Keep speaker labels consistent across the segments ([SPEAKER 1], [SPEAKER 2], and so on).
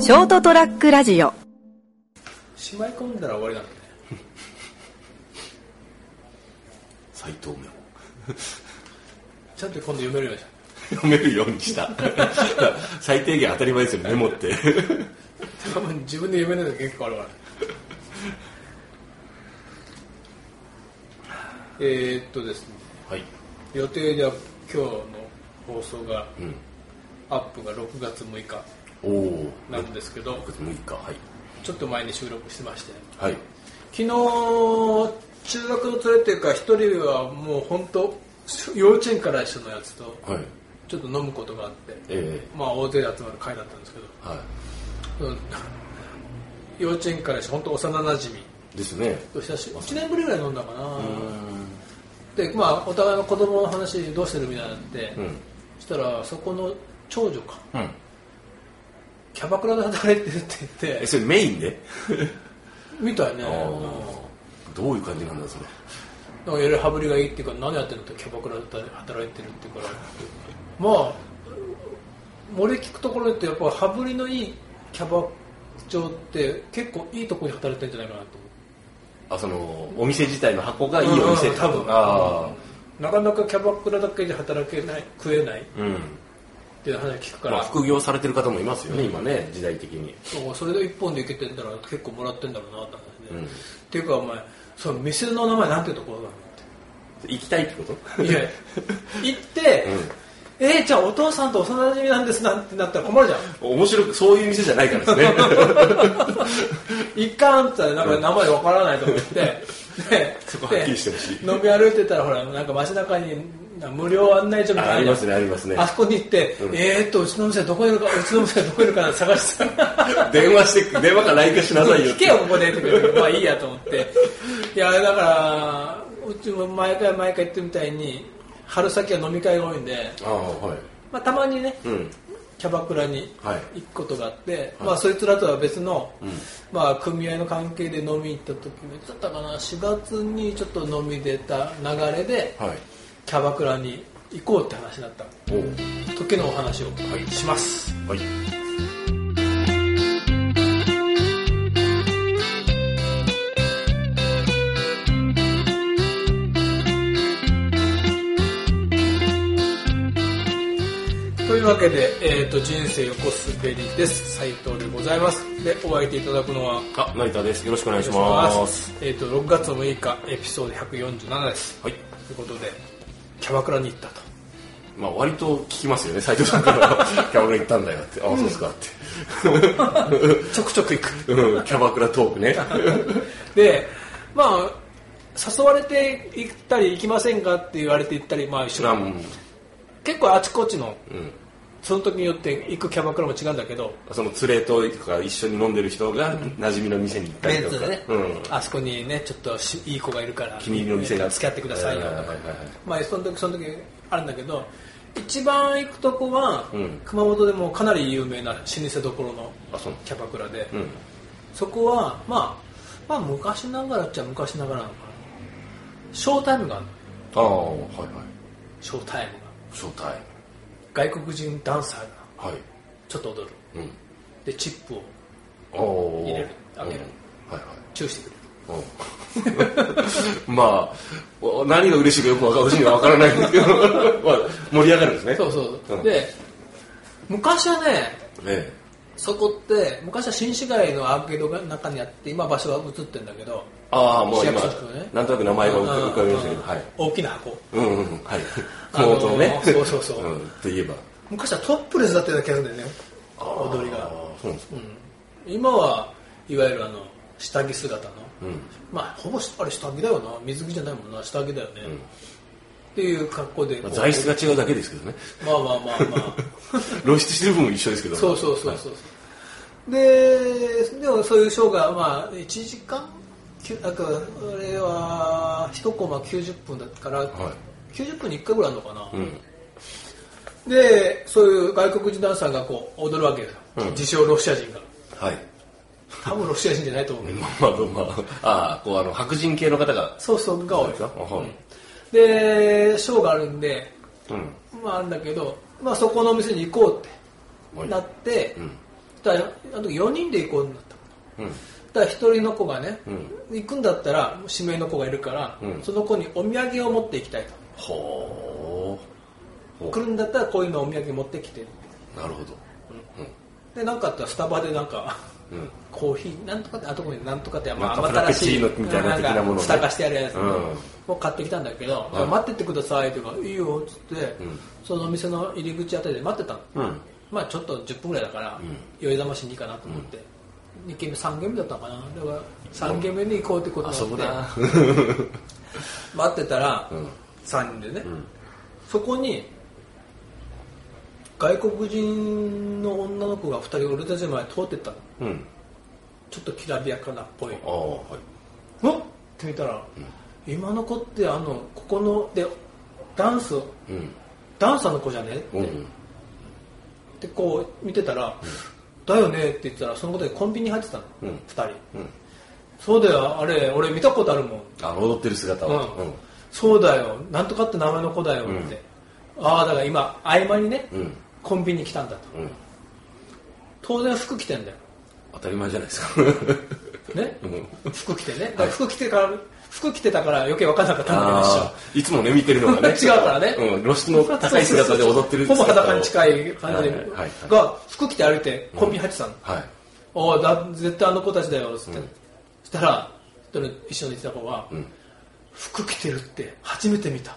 [SPEAKER 1] ショートトラックラジオ
[SPEAKER 2] しまい込んだら終わりなんだね
[SPEAKER 3] 斎藤メモ
[SPEAKER 2] ちゃんと今度読めるようにし
[SPEAKER 3] 読めるようにした 最低限当たり前ですよメモって
[SPEAKER 2] た多分自分で読めないの結構あるからえー、っとですね
[SPEAKER 3] はい
[SPEAKER 2] 予定では今日の放送が、
[SPEAKER 3] ん
[SPEAKER 2] アップが6月6日
[SPEAKER 3] おお
[SPEAKER 2] なんですけど
[SPEAKER 3] 6日はい
[SPEAKER 2] ちょっと前に収録してまして
[SPEAKER 3] はい
[SPEAKER 2] 昨日中学の連れていうか一人はもう本当幼稚園から一緒のやつと
[SPEAKER 3] はい
[SPEAKER 2] ちょっと飲むことがあって、
[SPEAKER 3] え
[SPEAKER 2] まあ大勢で集まる会だったんですけど
[SPEAKER 3] えは
[SPEAKER 2] うん幼稚園からして本当幼馴染
[SPEAKER 3] いですね
[SPEAKER 2] と久しぶり1年ぶりぐらい飲んだかな
[SPEAKER 3] うーん
[SPEAKER 2] でまあお互いの子供の話どうしてるみたいになって、
[SPEAKER 3] うん
[SPEAKER 2] そしたらそこの長女か
[SPEAKER 3] うん
[SPEAKER 2] キャバクラで働いてるって言っ
[SPEAKER 3] え
[SPEAKER 2] て
[SPEAKER 3] それメインで
[SPEAKER 2] みたいね
[SPEAKER 3] ああどういう感じなんだそれ
[SPEAKER 2] なんかやる羽振りがいいっていうから何やってるのってキャバクラで働いてるっていうからまあ漏れ聞くところってやっぱ羽振りのいいキャバ嬢って結構いいところに働いてるんじゃないかなと思って
[SPEAKER 3] あそのお店自体の箱がいいお店
[SPEAKER 2] うん多分
[SPEAKER 3] ああ
[SPEAKER 2] なかなかキャバクラだけで働けない食えないっ
[SPEAKER 3] うん
[SPEAKER 2] ていう話を聞くか
[SPEAKER 3] ま
[SPEAKER 2] ら、
[SPEAKER 3] あ副業されてる方もいますよね今ね時代的に
[SPEAKER 2] そうそれで一本でいけてんだら結構もらってんだろうなって話で、
[SPEAKER 3] うん
[SPEAKER 2] っていうかお前その店の名前なんてところなの
[SPEAKER 3] 行きたいってこと
[SPEAKER 2] っていや行って、えー、じゃあお父さんと幼馴染なんですなんてなったら困るじゃん
[SPEAKER 3] 面白くそういう店じゃないからですね
[SPEAKER 2] いかんって言ったらなんか名前わからないとか言 ってで
[SPEAKER 3] そこはっきりしてほしい
[SPEAKER 2] で飲み歩いてたらほらなんか街中になんか無料案内所みたいな
[SPEAKER 3] あ
[SPEAKER 2] の
[SPEAKER 3] あ
[SPEAKER 2] る
[SPEAKER 3] り
[SPEAKER 2] じゃん
[SPEAKER 3] ますねありますね
[SPEAKER 2] あそこに行って、
[SPEAKER 3] ん
[SPEAKER 2] えーっと、うちの店どこいるか、うちの店どこいるかなって探して た。
[SPEAKER 3] 電話して電話か LINE かしなさいよっ
[SPEAKER 2] 聞
[SPEAKER 3] て
[SPEAKER 2] けよ、ここでって言うからまあいいやと思って。いや、だから、うちも毎回毎回言ってるみたいに、春先は飲み会が多いんで、
[SPEAKER 3] ああはい
[SPEAKER 2] まあたまにね、
[SPEAKER 3] うん
[SPEAKER 2] キャバクラに
[SPEAKER 3] は
[SPEAKER 2] 行
[SPEAKER 3] い
[SPEAKER 2] くことがあって、まあそいつらとは別の、まあ組合の関係で飲み行った時に、ちょっとかな、4月にちょっと飲み出た流れで、
[SPEAKER 3] はい
[SPEAKER 2] キャバクラに行こうって話になった
[SPEAKER 3] おう
[SPEAKER 2] 時のお話を
[SPEAKER 3] はい
[SPEAKER 2] します。
[SPEAKER 3] はい
[SPEAKER 2] というわけで、えー、と人生横滑りです斉藤でございますでお相手いただくのは
[SPEAKER 3] あ成田ですよろしくお願いし
[SPEAKER 2] お願い
[SPEAKER 3] ま
[SPEAKER 2] しますえー、と6月6日エピソード147です
[SPEAKER 3] はい
[SPEAKER 2] ということでキャバクラに行ったと
[SPEAKER 3] まあ割と聞きますよね斉藤さんからキャバクラ行ったんだよってああそうですかって
[SPEAKER 2] ちょくちょく行く
[SPEAKER 3] うんキャバクラトークね
[SPEAKER 2] でまあ誘われて行ったり行きませんかって言われて行ったりまあ一
[SPEAKER 3] そ
[SPEAKER 2] 緒
[SPEAKER 3] れは
[SPEAKER 2] に
[SPEAKER 3] もう
[SPEAKER 2] 結構あちこちの
[SPEAKER 3] うん
[SPEAKER 2] その時によって行くキャバクラも違うんだけど
[SPEAKER 3] その連れとか一緒に飲んでる人が馴染みの店に行ったりとかうん
[SPEAKER 2] あそこにねちょっとしいい子がいるから
[SPEAKER 3] 気に入りの店が
[SPEAKER 2] 付き合ってくださいよとか
[SPEAKER 3] はいはいはい
[SPEAKER 2] まあ、その時その時あるんだけど一番行くとこは、
[SPEAKER 3] うん
[SPEAKER 2] 熊本でもかなり有名な老舗どころの
[SPEAKER 3] あそう
[SPEAKER 2] キャバクラで、
[SPEAKER 3] うん
[SPEAKER 2] そこは、まあ、まあ昔ながらっちゃ昔ながらなのかなショータイムがあるの
[SPEAKER 3] ああはいはい
[SPEAKER 2] ショータイム
[SPEAKER 3] 招待
[SPEAKER 2] が外国人ダンサーが
[SPEAKER 3] はい
[SPEAKER 2] ちょっと踊る
[SPEAKER 3] うん
[SPEAKER 2] でチップを
[SPEAKER 3] ああ
[SPEAKER 2] 入れるあげる
[SPEAKER 3] うんはいはい
[SPEAKER 2] チューしてくれる
[SPEAKER 3] うんまあお何が嬉しいかよくわか私には分からないんですけど、 まあ、盛り上がるんですね
[SPEAKER 2] そうそうそう、
[SPEAKER 3] ん
[SPEAKER 2] で昔はね
[SPEAKER 3] ええ
[SPEAKER 2] そこって昔は新市街のアーケードが中にあって今場所は移ってるんだけど
[SPEAKER 3] ああもう
[SPEAKER 2] 市役
[SPEAKER 3] 今
[SPEAKER 2] 所とかね
[SPEAKER 3] なんとなく名前が浮かびましたけど、はい、
[SPEAKER 2] 大きな箱
[SPEAKER 3] うんうんうんはい
[SPEAKER 2] あの
[SPEAKER 3] 熊
[SPEAKER 2] ー
[SPEAKER 3] 本のね、、
[SPEAKER 2] そうそうそうん
[SPEAKER 3] といえば
[SPEAKER 2] 昔はトップレスだったような気がするんだよね踊り
[SPEAKER 3] ああ
[SPEAKER 2] が
[SPEAKER 3] そうなんですか、
[SPEAKER 2] 今はいわゆるあの下着姿の、
[SPEAKER 3] うん
[SPEAKER 2] まあほぼあれ下着だよな水着じゃないもんな下着だよね、っていう格好で、
[SPEAKER 3] まあ、材質が違うだけですけどね
[SPEAKER 2] まあまあまあまあ
[SPEAKER 3] 露出してる部分も一緒ですけ ど
[SPEAKER 2] そうそうそうそう、ででもそういうショーがまあ1時間きゅなんかあれは1コマ90分だから、
[SPEAKER 3] は
[SPEAKER 2] 90分に1回ぐらいあるのかな、
[SPEAKER 3] い、うん
[SPEAKER 2] でそういう外国人ダンサーがこう踊るわけですよ、
[SPEAKER 3] うん
[SPEAKER 2] 自称ロシア人が
[SPEAKER 3] はい
[SPEAKER 2] 多分ロシア人じゃないと思うけど、
[SPEAKER 3] まあまあまあああこうあの白人系の方が
[SPEAKER 2] そうそうが多い
[SPEAKER 3] あはい
[SPEAKER 2] でショーがあるんで
[SPEAKER 3] うん
[SPEAKER 2] まああるんだけど、まあ、そこのお店に行こうっ
[SPEAKER 3] は
[SPEAKER 2] て
[SPEAKER 3] い
[SPEAKER 2] なって、
[SPEAKER 3] うん
[SPEAKER 2] だからあの時4人で行こうになった
[SPEAKER 3] うん
[SPEAKER 2] だから1人の子がね、
[SPEAKER 3] うん
[SPEAKER 2] 行くんだったら指名の子がいるから、
[SPEAKER 3] うん
[SPEAKER 2] その子にお土産を持っていきたいと
[SPEAKER 3] ほう
[SPEAKER 2] 来るんだったらこういうのお土産持ってきて
[SPEAKER 3] なるほど
[SPEAKER 2] でなんかあったらスタバでなんか
[SPEAKER 3] うん、うん
[SPEAKER 2] コーヒーなんとかってあとこになんとかって、ま
[SPEAKER 3] な
[SPEAKER 2] あ、
[SPEAKER 3] んか
[SPEAKER 2] 甘ったらしい
[SPEAKER 3] フラペチーノみたいな的なものね
[SPEAKER 2] んかふたかしてあるやつ、
[SPEAKER 3] うん
[SPEAKER 2] を買ってきたんだけど、
[SPEAKER 3] はい
[SPEAKER 2] 待ってってくださいとかいいよっつって、
[SPEAKER 3] ん
[SPEAKER 2] そのお店の入り口あたりで待ってたの、
[SPEAKER 3] うん
[SPEAKER 2] まあちょっと10分ぐらいだから、
[SPEAKER 3] ん
[SPEAKER 2] 酔い覚ましにいいかなと思って、二2軒目3軒目だったのかなだから3軒目に行こうってこと
[SPEAKER 3] 遊ぶ
[SPEAKER 2] になっ
[SPEAKER 3] な
[SPEAKER 2] て 待ってたら、
[SPEAKER 3] うん
[SPEAKER 2] 3人でね、
[SPEAKER 3] うん
[SPEAKER 2] そこに外国人の女の子が2人俺たちの前通ってったの
[SPEAKER 3] うん
[SPEAKER 2] ちょっときらびやかなっぽい
[SPEAKER 3] ああはい
[SPEAKER 2] ふっって見たら、今の子ってあのここのでダンス
[SPEAKER 3] うん
[SPEAKER 2] ダンサーの子じゃねって、
[SPEAKER 3] うん
[SPEAKER 2] でこう見てたら、だよねって言ってたらそのことでコンビニに入ってたの、
[SPEAKER 3] う
[SPEAKER 2] 二
[SPEAKER 3] ん
[SPEAKER 2] 2人
[SPEAKER 3] うん
[SPEAKER 2] そうだよあれ俺見たことあるもん、
[SPEAKER 3] あの踊ってる姿
[SPEAKER 2] うん
[SPEAKER 3] はうん
[SPEAKER 2] そうだよなんとかって名前の子だよって、ああだから今合間にね、
[SPEAKER 3] うん
[SPEAKER 2] コンビニに来たんだと
[SPEAKER 3] うん
[SPEAKER 2] 当然服着てんだよ
[SPEAKER 3] 当たり前じゃな いですかう
[SPEAKER 2] ね、
[SPEAKER 3] ん
[SPEAKER 2] 服着てね、だから服着てから服着てたから余計分からなかったんだけど一緒
[SPEAKER 3] あーいつもね見てるのがね
[SPEAKER 2] 違うからね
[SPEAKER 3] うん、露出の高い姿で踊ってる
[SPEAKER 2] ほぼ裸に近
[SPEAKER 3] い
[SPEAKER 2] い感じ
[SPEAKER 3] はいはいはい
[SPEAKER 2] が服着て歩いてコンビニ入ってたの、
[SPEAKER 3] はい
[SPEAKER 2] おおだ絶対あの子たちだよっつって、
[SPEAKER 3] うん
[SPEAKER 2] そしたら一人一緒にいた子は、
[SPEAKER 3] ん
[SPEAKER 2] 服着てるって初めて見た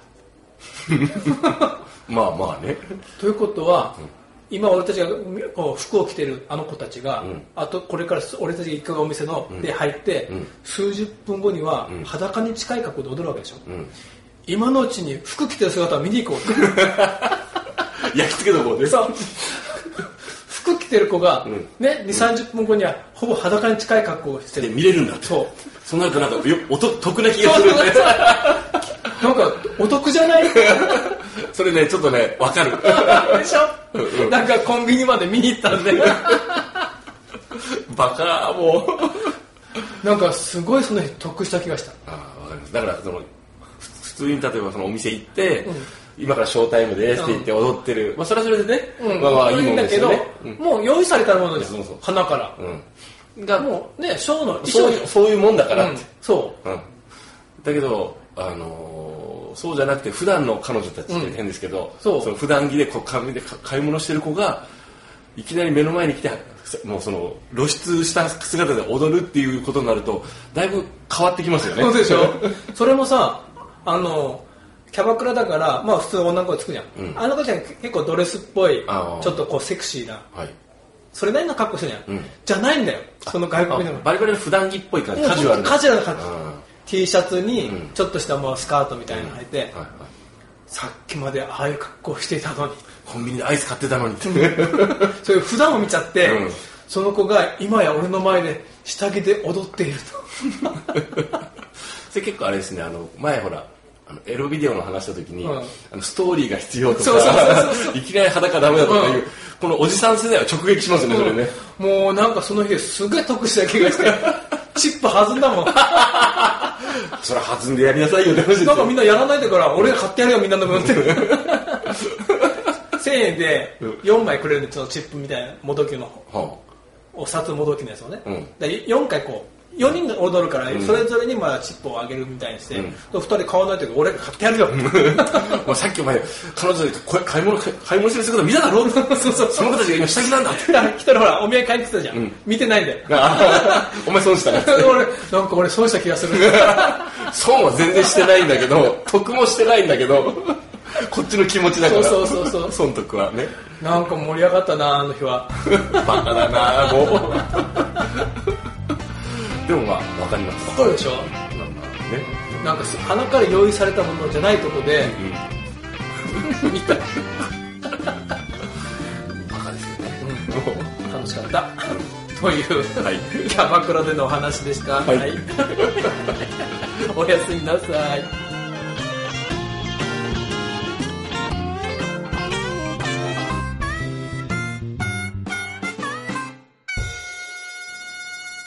[SPEAKER 3] まあまあね
[SPEAKER 2] ということは、今俺たちがこう服を着てるあの子たちが、
[SPEAKER 3] ん
[SPEAKER 2] あとこれから俺たちが行くお店の、で入って、
[SPEAKER 3] うん
[SPEAKER 2] 数十分後には
[SPEAKER 3] ん
[SPEAKER 2] 裸に近い格好で踊るわけでしょ、
[SPEAKER 3] うん
[SPEAKER 2] 今のうちに服着てる姿を見に行こうって
[SPEAKER 3] 焼き付けどこうで
[SPEAKER 2] そう服着てる子が、
[SPEAKER 3] ん
[SPEAKER 2] ね、2 3 0分後にはほぼ裸に近い格好をして
[SPEAKER 3] で
[SPEAKER 2] る
[SPEAKER 3] 見れるんだって
[SPEAKER 2] そう
[SPEAKER 3] そうなるとなんかよおと得な気がするね
[SPEAKER 2] なんかお得じゃないで
[SPEAKER 3] それねちょっとねわかる
[SPEAKER 2] しょ、なんかコンビニまで見に行ったんで
[SPEAKER 3] バカもう
[SPEAKER 2] なんかすごいその日得した気がした
[SPEAKER 3] ああわかりますだからそのふ普通に例えばそのお店行って、
[SPEAKER 2] うん
[SPEAKER 3] 今からショータイムですって言って踊ってる、まあそれはそれでね、
[SPEAKER 2] うん、
[SPEAKER 3] まあまあい
[SPEAKER 2] そ
[SPEAKER 3] い
[SPEAKER 2] れ
[SPEAKER 3] もん
[SPEAKER 2] だ
[SPEAKER 3] です
[SPEAKER 2] け
[SPEAKER 3] よ
[SPEAKER 2] ど、
[SPEAKER 3] ねうん
[SPEAKER 2] もう用意されたものです
[SPEAKER 3] そうそう
[SPEAKER 2] 花から、
[SPEAKER 3] うん
[SPEAKER 2] がもうねショーの衣
[SPEAKER 3] そ
[SPEAKER 2] 装
[SPEAKER 3] う
[SPEAKER 2] よ
[SPEAKER 3] そういうもんだから
[SPEAKER 2] う
[SPEAKER 3] っ
[SPEAKER 2] ん
[SPEAKER 3] て、
[SPEAKER 2] そ
[SPEAKER 3] うんだけど、あのーそうじゃなくて普段の彼女たちっ
[SPEAKER 2] う
[SPEAKER 3] て
[SPEAKER 2] ん
[SPEAKER 3] 変ですけど、
[SPEAKER 2] そう
[SPEAKER 3] の普段着でこう髪でか買い物してる子がいきなり目の前に来てもうその露出した姿で踊るっていうことになるとだいぶ変わってきますよ
[SPEAKER 2] う
[SPEAKER 3] ね
[SPEAKER 2] そうでしょ それもさあのキャバクラだからまあ普通女の子がつくじゃん、
[SPEAKER 3] うん
[SPEAKER 2] あの子たちは結構ドレスっぽい
[SPEAKER 3] ああ
[SPEAKER 2] ちょっとこうセクシーな
[SPEAKER 3] はい
[SPEAKER 2] それなりの格好してるじゃん、
[SPEAKER 3] うん
[SPEAKER 2] じゃないんだよその外国人
[SPEAKER 3] あ
[SPEAKER 2] の
[SPEAKER 3] バリバリの普段着っぽい感じカジュアルな
[SPEAKER 2] カジュアルな感じ
[SPEAKER 3] うん、
[SPEAKER 2] T シャツに
[SPEAKER 3] うん
[SPEAKER 2] ちょっとしたもうスカートみたいなの履いて、
[SPEAKER 3] はいはい、
[SPEAKER 2] さっきまでああいう格好をしていたのに
[SPEAKER 3] コンビニでアイス買ってた のにって、
[SPEAKER 2] そういう普段を見ちゃって、
[SPEAKER 3] うん
[SPEAKER 2] その子が今や俺の前で下着で踊っている
[SPEAKER 3] それ結構あれですねあの前ほらあのエロビデオの話した時に、
[SPEAKER 2] うん
[SPEAKER 3] あのストーリーが必要とか
[SPEAKER 2] そうそうそう
[SPEAKER 3] いきなり裸ダメだとかいう、
[SPEAKER 2] うん
[SPEAKER 3] このおじさん世代は直撃しますよね、
[SPEAKER 2] と、
[SPEAKER 3] それね
[SPEAKER 2] もうなんかその日すげえ得した気がして チップ弾んだもん
[SPEAKER 3] それ弾んでやりなさいよって話です
[SPEAKER 2] な
[SPEAKER 3] よ
[SPEAKER 2] んかみんなやらないだから俺が買ってやるよみんなの分って1000円で4枚くれるんでそのチップみたいなもどきの方
[SPEAKER 3] は
[SPEAKER 2] お札もどきのやつをね、
[SPEAKER 3] うん
[SPEAKER 2] で4回こう4人で踊るからそれぞれにまあチップをあげるみたいにして、
[SPEAKER 3] うん
[SPEAKER 2] 2人買わないというか俺が買ってやるよ
[SPEAKER 3] あもうさっきお前彼女とこ買い物買い物してる姿見ただろ
[SPEAKER 2] そうそう
[SPEAKER 3] その子たちが今下着なん だって
[SPEAKER 2] 来たらほらお土産買いに来たじゃん、
[SPEAKER 3] うん
[SPEAKER 2] 見てないんだよ
[SPEAKER 3] あお前損したな
[SPEAKER 2] 俺なんか俺損した気がする
[SPEAKER 3] 損は全然してないんだけど得もしてないんだけどこっちの気持ちだから
[SPEAKER 2] そうそうそうそう
[SPEAKER 3] 損得はね
[SPEAKER 2] なんか盛り上がったなあの日は
[SPEAKER 3] バカだなもうでもまあ分かります
[SPEAKER 2] こうでしょ
[SPEAKER 3] まあまあね
[SPEAKER 2] なんかす鼻から用意されたものじゃないとこで、見た
[SPEAKER 3] うんバカですよね
[SPEAKER 2] 楽しかったという
[SPEAKER 3] はい
[SPEAKER 2] キャバクラでのお話でした、
[SPEAKER 3] はい
[SPEAKER 2] おやすみなさい
[SPEAKER 1] ー